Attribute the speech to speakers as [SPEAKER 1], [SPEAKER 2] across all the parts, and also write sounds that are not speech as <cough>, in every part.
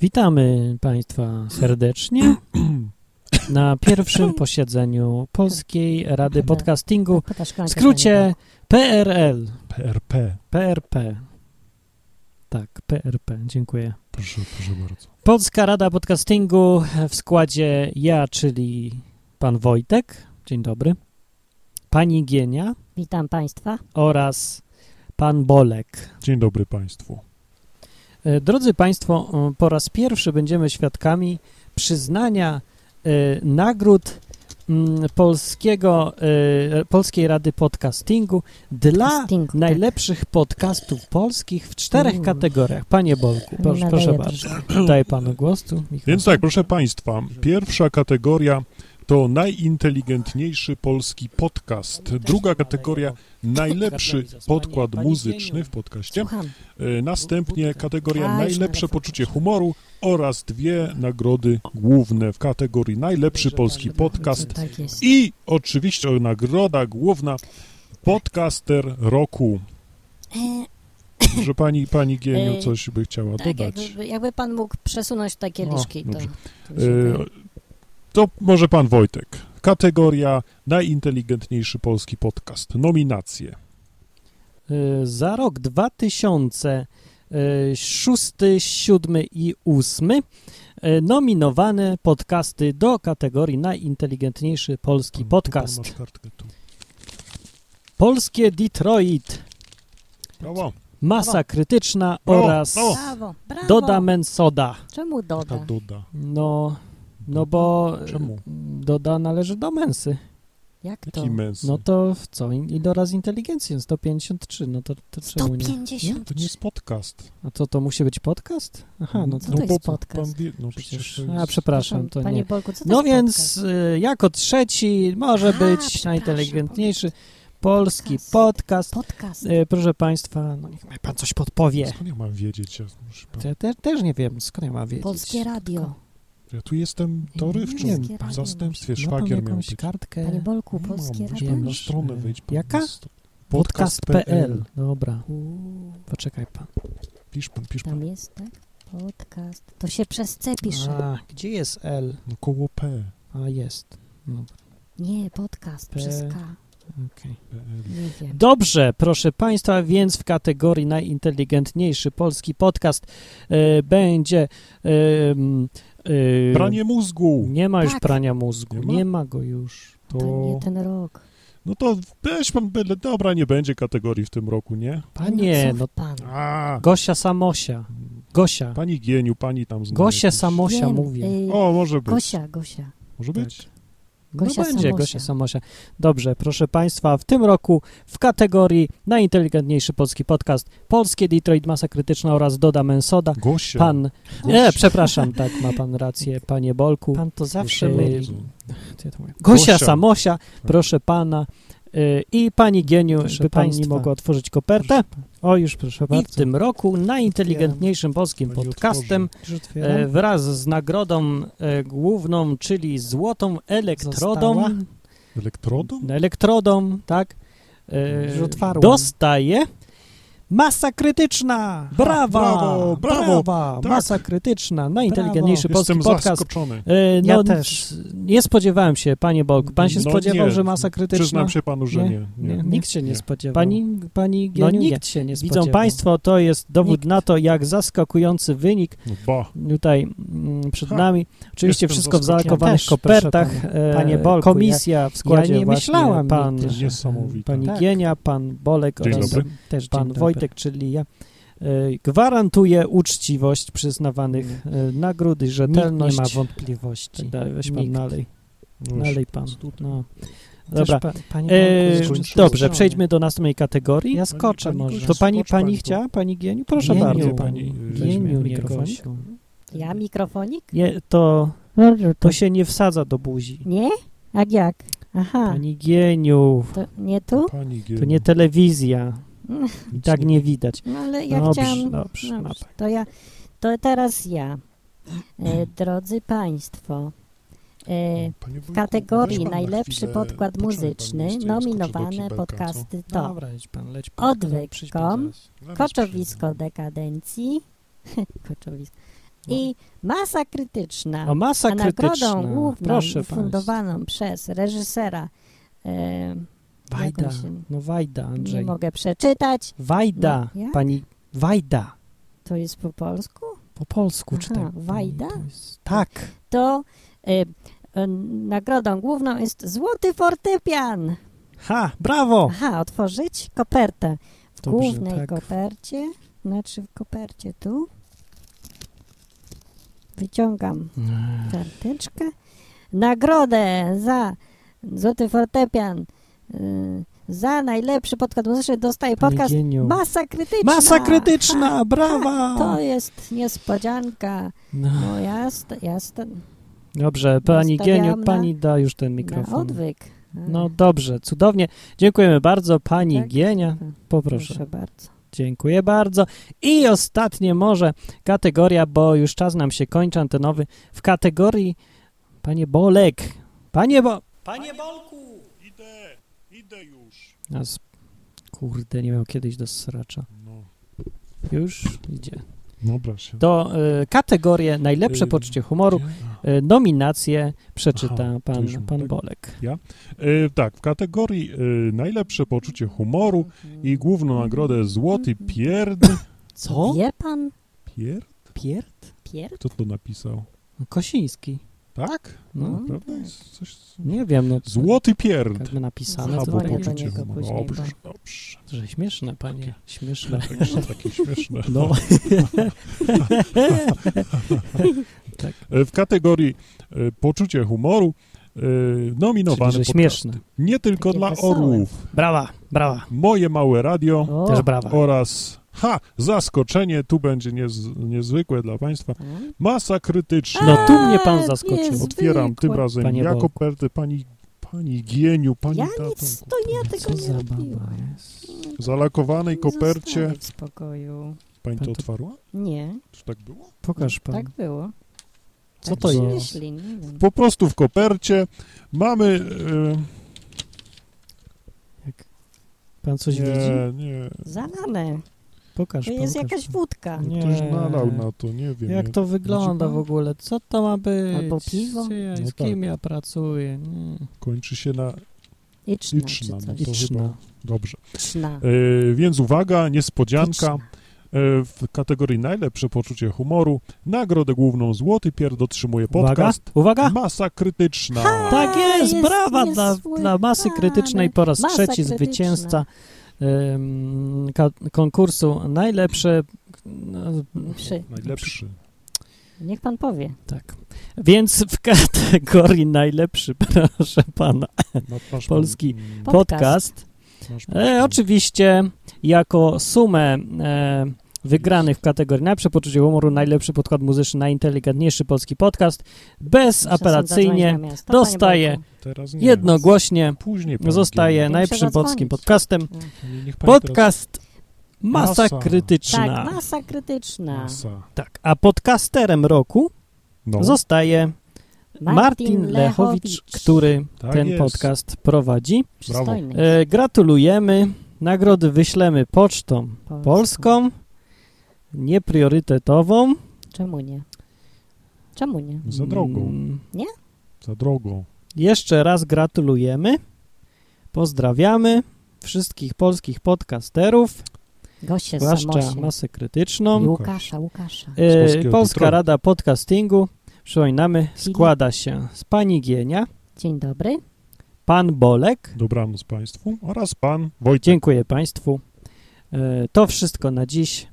[SPEAKER 1] Witamy Państwa serdecznie na pierwszym posiedzeniu Polskiej Rady
[SPEAKER 2] Dobra.
[SPEAKER 1] Podcastingu,
[SPEAKER 2] Pokaż
[SPEAKER 1] w
[SPEAKER 2] klankę,
[SPEAKER 1] skrócie PRL.
[SPEAKER 3] PRP.
[SPEAKER 1] PRP. Tak, PRP, dziękuję.
[SPEAKER 3] Proszę, proszę bardzo.
[SPEAKER 1] Polska Rada Podcastingu w składzie ja, czyli pan Wojtek, dzień dobry, pani Gienia
[SPEAKER 2] panie. Witam Państwa.
[SPEAKER 1] oraz pan Bolek.
[SPEAKER 3] Dzień dobry Państwu.
[SPEAKER 1] E, Drodzy Państwo, m, po raz pierwszy będziemy świadkami przyznania e, nagród m, polskiego, e, Polskiej Rady Podcastingu dla
[SPEAKER 2] Sting, tak.
[SPEAKER 1] najlepszych podcastów polskich w czterech
[SPEAKER 2] Mm. No
[SPEAKER 1] kategoriach. Panie Bolku,
[SPEAKER 2] Nie
[SPEAKER 1] proszę,
[SPEAKER 2] nadaje
[SPEAKER 1] proszę bardzo.
[SPEAKER 2] troszkę.
[SPEAKER 1] Daję panu głos tu.
[SPEAKER 3] Więc tak, proszę Państwa, pierwsza kategoria to najinteligentniejszy polski podcast. Druga kategoria najlepszy podkład muzyczny w podcaście.
[SPEAKER 2] Słucham.
[SPEAKER 3] E, Następnie kategoria
[SPEAKER 2] A, już
[SPEAKER 3] najlepsze
[SPEAKER 2] telefon.
[SPEAKER 3] poczucie humoru oraz dwie nagrody główne w kategorii najlepszy polski podcast
[SPEAKER 2] Tak jest.
[SPEAKER 3] i oczywiście nagroda główna podcaster roku. Że pani, pani Gieniu
[SPEAKER 2] E,
[SPEAKER 3] coś by chciała
[SPEAKER 2] Tak,
[SPEAKER 3] dodać.
[SPEAKER 2] jakby, jakby Pan mógł przesunąć te kieliszki, to...
[SPEAKER 3] dobrze.
[SPEAKER 2] to
[SPEAKER 3] E,
[SPEAKER 2] by się tak-
[SPEAKER 3] To może pan Wojtek. Kategoria najinteligentniejszy polski podcast. Nominacje.
[SPEAKER 1] Y, Za rok 2000, y, szósty, siódmy i ósmy y, nominowane podcasty do kategorii najinteligentniejszy polski podcast.
[SPEAKER 3] Masz kartkę tu.
[SPEAKER 1] Polskie Detroit,
[SPEAKER 3] Brawo.
[SPEAKER 1] Masa Krytyczna
[SPEAKER 3] Brawo,
[SPEAKER 1] oraz
[SPEAKER 3] brawo.
[SPEAKER 2] Brawo, brawo.
[SPEAKER 1] Doda Mensoda.
[SPEAKER 2] Czemu
[SPEAKER 3] Ta
[SPEAKER 2] doda?
[SPEAKER 3] doda.
[SPEAKER 1] No, no bo y,
[SPEAKER 3] Czemu?
[SPEAKER 1] Doda należy do Mensy.
[SPEAKER 2] Jak to?
[SPEAKER 3] Jaki męs.
[SPEAKER 1] No to w co? In- I oraz inteligencji 153, no to, to czemu nie?
[SPEAKER 2] 150.
[SPEAKER 3] to nie jest podcast.
[SPEAKER 1] A co, to musi być podcast? Aha, no to
[SPEAKER 2] to jest
[SPEAKER 3] bo
[SPEAKER 2] podcast?
[SPEAKER 3] Pan wie, no
[SPEAKER 1] przecież...
[SPEAKER 3] przecież to
[SPEAKER 1] A,
[SPEAKER 3] jest...
[SPEAKER 1] przepraszam, to
[SPEAKER 2] Panie
[SPEAKER 1] nie.
[SPEAKER 2] Bolku, co to
[SPEAKER 1] No
[SPEAKER 2] jest
[SPEAKER 1] więc
[SPEAKER 2] podcast?
[SPEAKER 1] y, jako trzeci może
[SPEAKER 2] A,
[SPEAKER 1] być
[SPEAKER 2] przepraszam,
[SPEAKER 1] najinteligentniejszy polski podcast.
[SPEAKER 2] Podcast.
[SPEAKER 1] Y, Proszę Państwa, no niech mi pan coś podpowie.
[SPEAKER 3] Skąd ja mam wiedzieć? Ja, muszę pan-
[SPEAKER 1] Ja te, też nie wiem, skąd ja mam wiedzieć.
[SPEAKER 2] Polskie Radio.
[SPEAKER 3] ja tu jestem dorywczym.
[SPEAKER 1] Nie,
[SPEAKER 3] w
[SPEAKER 1] panie,
[SPEAKER 3] zastępstwie
[SPEAKER 1] Ma pan
[SPEAKER 3] szwagier miał
[SPEAKER 1] No, jakąś
[SPEAKER 3] być.
[SPEAKER 2] Panie
[SPEAKER 1] kartkę?
[SPEAKER 2] Bolku,
[SPEAKER 3] Nie
[SPEAKER 2] Polskie
[SPEAKER 3] mam, muszę
[SPEAKER 2] Radio.
[SPEAKER 3] pan na
[SPEAKER 1] Wiesz,
[SPEAKER 3] stronę wejść. pan
[SPEAKER 1] jaka?
[SPEAKER 3] na sto-
[SPEAKER 1] Podcast.pl. Dobra,
[SPEAKER 2] Uuu,
[SPEAKER 1] poczekaj pan.
[SPEAKER 3] Pisz pan, pisz
[SPEAKER 2] Tam
[SPEAKER 3] pan.
[SPEAKER 2] jest, tak? Podcast. To się przez C pisze.
[SPEAKER 1] A, gdzie jest L?
[SPEAKER 3] No koło P.
[SPEAKER 1] A, jest. Dobra,
[SPEAKER 2] Nie, podcast
[SPEAKER 1] P.
[SPEAKER 2] przez K.
[SPEAKER 1] okej.
[SPEAKER 3] PL.
[SPEAKER 1] Yy.
[SPEAKER 2] Nie wiem.
[SPEAKER 1] Dobrze, proszę Państwa, więc w kategorii najinteligentniejszy polski podcast e, będzie... E, m, e,
[SPEAKER 3] Pranie mózgu.
[SPEAKER 1] Nie ma już
[SPEAKER 2] Tak.
[SPEAKER 1] prania mózgu,
[SPEAKER 3] Nie
[SPEAKER 1] nie ma,
[SPEAKER 3] ma?
[SPEAKER 1] go już.
[SPEAKER 3] To...
[SPEAKER 2] To nie ten rok.
[SPEAKER 3] No to weź pan, byle- dobra, nie będzie kategorii w tym roku, nie?
[SPEAKER 1] Panie,
[SPEAKER 2] co
[SPEAKER 1] no
[SPEAKER 2] pan.
[SPEAKER 3] A,
[SPEAKER 1] Gosia Samosia. Gosia.
[SPEAKER 3] pani Gieniu, pani tam zna.
[SPEAKER 1] Gosia
[SPEAKER 3] jakieś-
[SPEAKER 1] Samosia
[SPEAKER 2] Wiem,
[SPEAKER 1] mówię.
[SPEAKER 2] y,
[SPEAKER 3] O, może być.
[SPEAKER 2] Gosia, Gosia.
[SPEAKER 3] Może
[SPEAKER 1] Tak.
[SPEAKER 3] być?
[SPEAKER 1] No
[SPEAKER 2] Gosia
[SPEAKER 1] będzie
[SPEAKER 2] Samosia.
[SPEAKER 1] Gosia Samosia. Dobrze, proszę Państwa, w tym roku w kategorii najinteligentniejszy polski podcast Polskie Detroit Masa Krytyczna oraz Doda Mensoda
[SPEAKER 3] Gosia.
[SPEAKER 1] Pan,
[SPEAKER 3] Gosia.
[SPEAKER 1] nie, przepraszam, tak, ma pan rację, panie Bolku. Pan to
[SPEAKER 3] Proszę
[SPEAKER 1] e,
[SPEAKER 3] bardzo.
[SPEAKER 1] Gosia
[SPEAKER 3] Gosia.
[SPEAKER 1] Samosia, proszę pana y, i pani Geniu,
[SPEAKER 4] Proszę
[SPEAKER 1] by pani
[SPEAKER 4] państwa.
[SPEAKER 1] mogła otworzyć kopertę.
[SPEAKER 4] O, już proszę
[SPEAKER 1] I
[SPEAKER 4] bardzo.
[SPEAKER 1] w tym roku najinteligentniejszym polskim
[SPEAKER 3] Pani
[SPEAKER 1] podcastem
[SPEAKER 4] Już otwieram.
[SPEAKER 1] e, wraz z nagrodą e, główną, czyli złotą elektrodą,
[SPEAKER 4] Została.
[SPEAKER 3] Elektrodą?
[SPEAKER 1] elektrodą, tak,
[SPEAKER 4] Już otwarłam.
[SPEAKER 1] dostaje Masa Krytyczna! Brawa!
[SPEAKER 3] brawo, brawo,
[SPEAKER 1] brawa,
[SPEAKER 3] tak.
[SPEAKER 1] Masa Krytyczna, najinteligentniejszy polski
[SPEAKER 3] Jestem
[SPEAKER 1] podcast.
[SPEAKER 3] zaskoczony.
[SPEAKER 1] E,
[SPEAKER 4] Ja
[SPEAKER 1] no,
[SPEAKER 4] też.
[SPEAKER 1] Nie spodziewałem się, panie Bolku. Pan się
[SPEAKER 3] No
[SPEAKER 1] spodziewał,
[SPEAKER 3] nie.
[SPEAKER 1] że Masa Krytyczna?
[SPEAKER 3] Przyznam się panu, że
[SPEAKER 1] Nie,
[SPEAKER 3] nie.
[SPEAKER 1] nie.
[SPEAKER 3] nie.
[SPEAKER 4] Nikt się nie,
[SPEAKER 3] nie.
[SPEAKER 4] spodziewał.
[SPEAKER 1] Pani, pani
[SPEAKER 4] no
[SPEAKER 1] Gieniu, nie.
[SPEAKER 4] nikt się nie spodziewał.
[SPEAKER 1] Widzą Państwo, to jest dowód
[SPEAKER 4] Nikt.
[SPEAKER 1] na to, jak zaskakujący wynik
[SPEAKER 3] No Ba.
[SPEAKER 1] tutaj mm, przed
[SPEAKER 3] Ha,
[SPEAKER 1] nami. Oczywiście
[SPEAKER 3] jestem
[SPEAKER 1] wszystko w
[SPEAKER 3] zaskoczony.
[SPEAKER 1] zalakowanych
[SPEAKER 4] Też, proszę
[SPEAKER 1] kopertach.
[SPEAKER 4] pana.
[SPEAKER 1] e,
[SPEAKER 4] Panie Bolku,
[SPEAKER 1] komisja w składzie
[SPEAKER 4] ja nie
[SPEAKER 1] właśnie
[SPEAKER 4] myślałam
[SPEAKER 1] pan,
[SPEAKER 4] nigdy,
[SPEAKER 3] że- Niesamowite.
[SPEAKER 1] pani
[SPEAKER 4] Tak.
[SPEAKER 1] Gienia, pan Bolek
[SPEAKER 3] Dzień
[SPEAKER 1] oraz
[SPEAKER 3] dobry.
[SPEAKER 4] Też
[SPEAKER 1] pan Wojtek, czyli ja. E, Gwarantuje uczciwość przyznawanych e, nagród i rzetelność.
[SPEAKER 4] Nikt nie ma
[SPEAKER 1] wątpliwości. Tak dalej. Weź pan
[SPEAKER 4] Nikt.
[SPEAKER 1] dalej,
[SPEAKER 3] No już.
[SPEAKER 1] dalej pan. No.
[SPEAKER 4] Dobra.
[SPEAKER 1] Dobra.
[SPEAKER 4] Pa, pani
[SPEAKER 1] E,
[SPEAKER 4] Bąku,
[SPEAKER 3] skończyło.
[SPEAKER 1] dobrze, przejdźmy do następnej kategorii.
[SPEAKER 4] Ja skoczę
[SPEAKER 3] pani
[SPEAKER 4] może.
[SPEAKER 3] Gosia.
[SPEAKER 1] To pani,
[SPEAKER 3] Skocz pani
[SPEAKER 1] pani
[SPEAKER 3] tu.
[SPEAKER 1] chciała, pani Gieniu? Proszę
[SPEAKER 3] Gieniu,
[SPEAKER 1] bardzo.
[SPEAKER 3] pani, y,
[SPEAKER 1] Gieniu,
[SPEAKER 3] weźmie
[SPEAKER 1] nie Gosiu.
[SPEAKER 4] Gosiu.
[SPEAKER 2] Ja mikrofonik?
[SPEAKER 1] Nie, to, to się nie wsadza do buzi.
[SPEAKER 2] Nie? Jak jak? Aha,
[SPEAKER 1] Pani Gieniu,
[SPEAKER 2] to nie tu?
[SPEAKER 3] no, Pani Gieniu.
[SPEAKER 1] to nie telewizja.
[SPEAKER 2] Mm,
[SPEAKER 1] I tak nie widać.
[SPEAKER 2] No ale ja
[SPEAKER 1] Dobrze,
[SPEAKER 2] chciałam...
[SPEAKER 1] dobrze, no tak.
[SPEAKER 2] to ja... To teraz ja. E, drodzy Państwo, e,
[SPEAKER 3] No, Panie
[SPEAKER 2] w
[SPEAKER 3] Wójku, weź
[SPEAKER 2] kategorii
[SPEAKER 3] pan na
[SPEAKER 2] najlepszy
[SPEAKER 3] chwilę,
[SPEAKER 2] podkład
[SPEAKER 3] poczekaj pan,
[SPEAKER 2] muzyczny
[SPEAKER 3] jeszcze ja skoczę do
[SPEAKER 2] nominowane
[SPEAKER 3] kibelka, co?
[SPEAKER 2] podcasty to
[SPEAKER 4] Dobra, idź pan, leć pan.
[SPEAKER 1] tak
[SPEAKER 2] Odwyk.com,
[SPEAKER 3] Zaraz
[SPEAKER 2] Koczowisko
[SPEAKER 3] przyjdę.
[SPEAKER 2] dekadencji, <laughs> koczowisko,
[SPEAKER 1] No.
[SPEAKER 2] I masa krytyczna,
[SPEAKER 1] O, No, masa
[SPEAKER 2] a
[SPEAKER 1] krytyczna.
[SPEAKER 2] nagrodą główną
[SPEAKER 1] Proszę państwa.
[SPEAKER 2] fundowaną przez reżysera e, jak
[SPEAKER 1] Wajda.
[SPEAKER 2] on się-
[SPEAKER 1] No Wajda,
[SPEAKER 2] nie
[SPEAKER 1] Andrzej.
[SPEAKER 2] mogę przeczytać,
[SPEAKER 1] Wajda,
[SPEAKER 2] No, jak?
[SPEAKER 1] pani Wajda.
[SPEAKER 2] to jest po polsku,
[SPEAKER 1] Po polsku
[SPEAKER 2] Aha,
[SPEAKER 1] czytam.
[SPEAKER 2] Wajda?
[SPEAKER 1] To jest- Tak.
[SPEAKER 2] to e, e, nagrodą główną jest Złoty Fortepian.
[SPEAKER 1] Ha, brawo!
[SPEAKER 2] Aha, otworzyć kopertę. W
[SPEAKER 1] Dobrze,
[SPEAKER 2] głównej
[SPEAKER 1] tak.
[SPEAKER 2] kopercie, znaczy w kopercie tu. Wyciągam karteczkę. Nagrodę za Złoty Fortepian, y, za najlepszy podcast muzyczny dostaje
[SPEAKER 1] Pani
[SPEAKER 2] podcast
[SPEAKER 1] Gieniu.
[SPEAKER 2] Masa Krytyczna.
[SPEAKER 1] Masa krytyczna, brawa!
[SPEAKER 2] To jest niespodzianka.
[SPEAKER 1] No.
[SPEAKER 2] No jasne, jasne.
[SPEAKER 1] Dobrze, pani
[SPEAKER 2] Nastawiam
[SPEAKER 1] Geniu,
[SPEAKER 2] na-
[SPEAKER 1] pani da już ten
[SPEAKER 2] Na
[SPEAKER 1] mikrofon.
[SPEAKER 2] odwyk.
[SPEAKER 1] No dobrze, cudownie. Dziękujemy bardzo pani
[SPEAKER 2] Tak?
[SPEAKER 1] Gienia. Poproszę.
[SPEAKER 2] Proszę bardzo.
[SPEAKER 1] Dziękuję bardzo. I ostatnie może kategoria, bo już czas nam się kończy antenowy. W kategorii Panie Bolek. Panie Bo... Panie Bolku!
[SPEAKER 3] Idę, idę już.
[SPEAKER 1] Nas... Kurde, nie miał kiedyś do sracza.
[SPEAKER 3] No,
[SPEAKER 1] Już idzie.
[SPEAKER 3] dobra się.
[SPEAKER 1] To
[SPEAKER 4] e,
[SPEAKER 1] y, kategorie najlepsze
[SPEAKER 3] Y,
[SPEAKER 1] poczucie humoru. Y, nominacje przeczyta
[SPEAKER 3] Aha, to już
[SPEAKER 1] pan,
[SPEAKER 3] mam,
[SPEAKER 1] pan
[SPEAKER 3] tak?
[SPEAKER 1] Bolek.
[SPEAKER 3] E, tak, w kategorii e, najlepsze poczucie humoru i główną nagrodę złoty pierd...
[SPEAKER 1] Co?
[SPEAKER 2] Wie pan
[SPEAKER 3] Pierd?
[SPEAKER 1] Pierd?
[SPEAKER 2] pier?
[SPEAKER 3] Kto to napisał?
[SPEAKER 1] no, Kosiński.
[SPEAKER 3] Tak?
[SPEAKER 1] No,
[SPEAKER 3] Prawda? Jest coś...
[SPEAKER 1] nie wiem. No,
[SPEAKER 3] Złoty pierd.
[SPEAKER 1] Jakby napisane, to
[SPEAKER 3] Albo
[SPEAKER 2] Zadzwonię do
[SPEAKER 1] takie,
[SPEAKER 3] poczucie
[SPEAKER 2] niego
[SPEAKER 3] humoru.
[SPEAKER 2] później, bo-
[SPEAKER 3] Dobrze, dobrze.
[SPEAKER 1] że śmieszne, panie. Śmieszne.
[SPEAKER 3] Takie, takie śmieszne. <laughs>
[SPEAKER 1] No.
[SPEAKER 3] E, W kategorii e, poczucie humoru e, nominowane
[SPEAKER 1] Czyli, że
[SPEAKER 3] podcasty.
[SPEAKER 1] śmieszne.
[SPEAKER 3] Nie tylko
[SPEAKER 2] Takie
[SPEAKER 3] dla
[SPEAKER 2] wesołe.
[SPEAKER 3] orłów.
[SPEAKER 1] Brawa, brawa.
[SPEAKER 3] Moje małe radio
[SPEAKER 2] O,
[SPEAKER 1] Też brawa.
[SPEAKER 3] oraz... Ha! Zaskoczenie, tu będzie niez, niezwykłe dla Państwa.
[SPEAKER 2] tak?
[SPEAKER 3] Masa krytyczna.
[SPEAKER 1] No tu mnie pan
[SPEAKER 2] A,
[SPEAKER 1] zaskoczył.
[SPEAKER 2] jest.
[SPEAKER 3] Otwieram tym
[SPEAKER 2] Zwykłe.
[SPEAKER 3] razem
[SPEAKER 1] Panie
[SPEAKER 3] ja
[SPEAKER 1] Bogu.
[SPEAKER 3] kopertę pani, pani Gieniu, pani
[SPEAKER 2] Ja
[SPEAKER 3] tatą.
[SPEAKER 2] nic, to ja tego
[SPEAKER 1] Co
[SPEAKER 2] nie
[SPEAKER 1] za
[SPEAKER 2] robiłam.
[SPEAKER 1] baba jest?
[SPEAKER 3] W zalakowanej kopercie.
[SPEAKER 2] Zostawię w spokoju.
[SPEAKER 1] Pan
[SPEAKER 3] Pani to
[SPEAKER 1] to-
[SPEAKER 3] otwarła?
[SPEAKER 2] Nie,
[SPEAKER 3] Czy tak było?
[SPEAKER 1] Pokaż pan.
[SPEAKER 2] tak było.
[SPEAKER 1] Co
[SPEAKER 2] tak
[SPEAKER 1] to
[SPEAKER 2] się
[SPEAKER 1] jest?
[SPEAKER 2] Myśli, nie wiem.
[SPEAKER 3] Po prostu w kopercie mamy... e,
[SPEAKER 1] Pan
[SPEAKER 3] E,
[SPEAKER 1] coś widzi?
[SPEAKER 3] nie, nie.
[SPEAKER 2] Zalane.
[SPEAKER 1] Pokaż
[SPEAKER 2] To
[SPEAKER 1] pan.
[SPEAKER 2] jest
[SPEAKER 1] pokaż
[SPEAKER 2] jakaś
[SPEAKER 1] pan.
[SPEAKER 2] wódka.
[SPEAKER 1] Nie.
[SPEAKER 3] Ktoś nalał na to, nie wiem.
[SPEAKER 1] Jak to wygląda
[SPEAKER 3] pan?
[SPEAKER 1] w ogóle? Co to ma być?
[SPEAKER 2] Albo piwo?
[SPEAKER 1] Gdzie ja,
[SPEAKER 3] No
[SPEAKER 1] z
[SPEAKER 3] tak.
[SPEAKER 1] kim ja pracuję? Nie.
[SPEAKER 3] Kończy się na
[SPEAKER 2] Iczna,
[SPEAKER 3] liczna.
[SPEAKER 2] czy
[SPEAKER 3] No
[SPEAKER 2] coś.
[SPEAKER 3] to chyba...
[SPEAKER 1] Liczna.
[SPEAKER 3] Dobrze.
[SPEAKER 2] Iczna.
[SPEAKER 3] E, więc uwaga, niespodzianka.
[SPEAKER 1] Liczna.
[SPEAKER 3] E, w kategorii najlepsze poczucie humoru nagrodę główną Złoty Pierd otrzymuje podcast.
[SPEAKER 1] Uwaga! Uwaga!
[SPEAKER 3] Masa krytyczna.
[SPEAKER 1] Tak jest,
[SPEAKER 2] jest
[SPEAKER 1] brawa dla,
[SPEAKER 2] niesłychane.
[SPEAKER 1] dla masy krytycznej po raz
[SPEAKER 2] Masa
[SPEAKER 1] trzeci
[SPEAKER 2] krytyczna.
[SPEAKER 1] zwycięzca em, ka- konkursu najlepsze. No,
[SPEAKER 2] Przy.
[SPEAKER 3] Najlepszy.
[SPEAKER 2] Niech pan powie.
[SPEAKER 1] tak. Więc w kategorii najlepszy, <laughs> proszę pana,
[SPEAKER 3] Ma- masz
[SPEAKER 1] Polski.
[SPEAKER 3] mm,
[SPEAKER 1] podcast.
[SPEAKER 3] masz pan-
[SPEAKER 1] E, oczywiście jako sumę e, wygranych w kategorii najlepsze poczucie humoru, najlepszy podkład muzyczny, najinteligentniejszy polski podcast
[SPEAKER 2] Czasem
[SPEAKER 1] bezapelacyjnie
[SPEAKER 2] zadzwonić na miasto, panie
[SPEAKER 1] dostaje
[SPEAKER 2] Bogdan.
[SPEAKER 3] Teraz nie.
[SPEAKER 1] jednogłośnie
[SPEAKER 3] Później pan
[SPEAKER 1] zostaje
[SPEAKER 2] Musimy
[SPEAKER 1] najlepszym
[SPEAKER 2] zadzwonić.
[SPEAKER 1] polskim podcastem.
[SPEAKER 3] ginie. Niech pani
[SPEAKER 1] Podcast Masa,
[SPEAKER 3] Masa.
[SPEAKER 1] Krytyczna.
[SPEAKER 2] Tak, masa krytyczna.
[SPEAKER 3] teraz- Masa.
[SPEAKER 1] Tak, a podcasterem roku
[SPEAKER 3] No,
[SPEAKER 1] zostaje Martin, Lechowicz, który
[SPEAKER 3] tak
[SPEAKER 1] ten
[SPEAKER 3] jest.
[SPEAKER 1] podcast prowadzi.
[SPEAKER 2] Przystojny.
[SPEAKER 1] E, gratulujemy. Nagrody wyślemy pocztą
[SPEAKER 2] Polską.
[SPEAKER 1] polską, niepriorytetową.
[SPEAKER 2] Czemu nie? Czemu nie?
[SPEAKER 3] Za drogą,
[SPEAKER 1] Mm,
[SPEAKER 3] za drogą.
[SPEAKER 1] Jeszcze raz gratulujemy. Pozdrawiamy wszystkich polskich podcasterów,
[SPEAKER 2] Gość się
[SPEAKER 1] zwłaszcza
[SPEAKER 2] samosie.
[SPEAKER 1] masę krytyczną.
[SPEAKER 2] Łukasza, Łukasza.
[SPEAKER 1] E,
[SPEAKER 3] Polskiego
[SPEAKER 1] Polska
[SPEAKER 3] Detroit.
[SPEAKER 1] Rada Podcastingu, przypominamy, składa się z pani Gienia,
[SPEAKER 2] Dzień dobry.
[SPEAKER 1] pan Bolek.
[SPEAKER 3] Dobranoc Państwu oraz Pan Wojciech.
[SPEAKER 1] Dziękuję Państwu. E, To wszystko na dziś.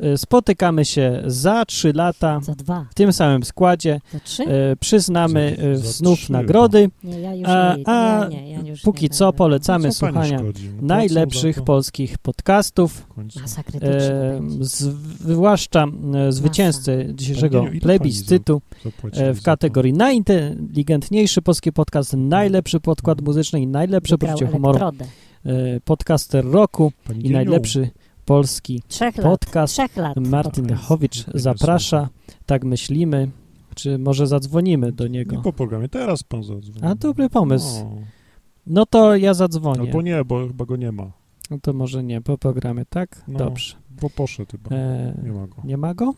[SPEAKER 1] E, Spotykamy się za trzy lata
[SPEAKER 2] Za dwa,
[SPEAKER 1] w tym samym składzie.
[SPEAKER 2] za trzy.
[SPEAKER 1] E, Przyznamy e,
[SPEAKER 3] Za- za
[SPEAKER 1] znów
[SPEAKER 3] trzy,
[SPEAKER 1] nagrody.
[SPEAKER 2] Nie, ja już
[SPEAKER 1] A-
[SPEAKER 2] nie,
[SPEAKER 1] a
[SPEAKER 2] ja nie, ja już
[SPEAKER 1] Póki
[SPEAKER 2] nie
[SPEAKER 1] co
[SPEAKER 2] będę.
[SPEAKER 1] polecamy
[SPEAKER 3] Co pani
[SPEAKER 1] słuchania
[SPEAKER 3] szkodzi? No, po co za
[SPEAKER 1] najlepszych
[SPEAKER 3] to
[SPEAKER 1] polskich podcastów,
[SPEAKER 3] w końcu?
[SPEAKER 2] Masa krytyczna
[SPEAKER 1] e,
[SPEAKER 2] będzie.
[SPEAKER 1] z- zwłaszcza e, zwycięzcę dzisiejszego
[SPEAKER 3] Pani Gieniu, ile pani
[SPEAKER 1] plebiscytu.
[SPEAKER 3] Zapłacili
[SPEAKER 1] E,
[SPEAKER 3] za
[SPEAKER 1] w
[SPEAKER 3] to.
[SPEAKER 1] kategorii najinteligentniejszy polski podcast,
[SPEAKER 3] Hmm.
[SPEAKER 1] najlepszy podkład muzyczny i najlepsze
[SPEAKER 2] Wygrał
[SPEAKER 1] poczucie humoru,
[SPEAKER 2] elektrodę.
[SPEAKER 1] e, podcaster roku
[SPEAKER 3] Pani
[SPEAKER 1] i
[SPEAKER 3] Gieniu,
[SPEAKER 1] najlepszy polski
[SPEAKER 2] Trzech lat.
[SPEAKER 1] podcast.
[SPEAKER 2] Trzech lat.
[SPEAKER 1] Martin
[SPEAKER 3] podcast.
[SPEAKER 1] Lechowicz
[SPEAKER 3] Dziękuję
[SPEAKER 1] zaprasza, tak myślimy, czy może zadzwonimy do
[SPEAKER 3] Nie
[SPEAKER 1] niego.
[SPEAKER 3] po programie, teraz Pan zadzwoni.
[SPEAKER 1] No. A dobry pomysł.
[SPEAKER 3] No.
[SPEAKER 1] No to ja zadzwonię.
[SPEAKER 3] Albo nie, bo chyba go nie ma,
[SPEAKER 1] No to może nie, po programie, tak?
[SPEAKER 3] No.
[SPEAKER 1] Dobrze.
[SPEAKER 3] bo poszedł chyba.
[SPEAKER 1] E,
[SPEAKER 3] Nie ma go.
[SPEAKER 1] nie ma go?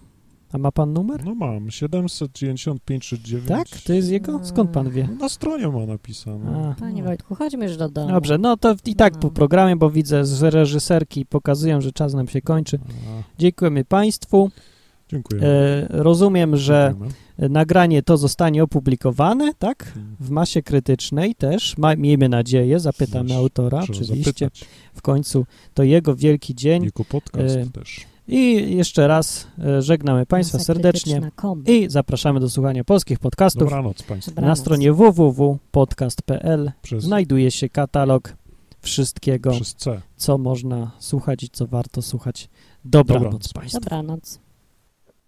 [SPEAKER 1] A ma pan numer?
[SPEAKER 3] No mam, 795 39.
[SPEAKER 1] Tak? To jest
[SPEAKER 2] No.
[SPEAKER 1] jego? Skąd pan wie?
[SPEAKER 3] Na stronie ma napisane.
[SPEAKER 1] A.
[SPEAKER 2] Panie
[SPEAKER 3] No.
[SPEAKER 2] Wojtku, chodźmy już do domu.
[SPEAKER 1] Dobrze, no to i tak po
[SPEAKER 2] No.
[SPEAKER 1] programie, bo widzę z reżyserki pokazują, że czas nam się kończy.
[SPEAKER 3] A,
[SPEAKER 1] Dziękujemy Państwu.
[SPEAKER 3] dziękuję.
[SPEAKER 1] E, rozumiem, że
[SPEAKER 3] Dziękujemy.
[SPEAKER 1] nagranie to zostanie opublikowane, tak? W masie krytycznej też, ma, miejmy nadzieję, zapytamy
[SPEAKER 3] Nasz-
[SPEAKER 1] autora,
[SPEAKER 3] Trzeba
[SPEAKER 1] oczywiście.
[SPEAKER 3] zapytać.
[SPEAKER 1] W końcu to jego wielki dzień.
[SPEAKER 3] Jako podcast
[SPEAKER 1] E,
[SPEAKER 3] też.
[SPEAKER 1] I jeszcze raz e, żegnamy Państwa
[SPEAKER 2] Masa
[SPEAKER 1] serdecznie
[SPEAKER 2] krytyczna.com.
[SPEAKER 1] i zapraszamy do słuchania polskich podcastów.
[SPEAKER 3] Dobranoc Państwu.
[SPEAKER 1] Na
[SPEAKER 2] Dobranoc.
[SPEAKER 1] stronie www.podcast.pl
[SPEAKER 3] Przez,
[SPEAKER 1] znajduje się katalog wszystkiego,
[SPEAKER 3] przez C.
[SPEAKER 1] co można słuchać i co warto słuchać. Dobranoc
[SPEAKER 3] Dobranoc.
[SPEAKER 1] Państwu.
[SPEAKER 2] Dobranoc.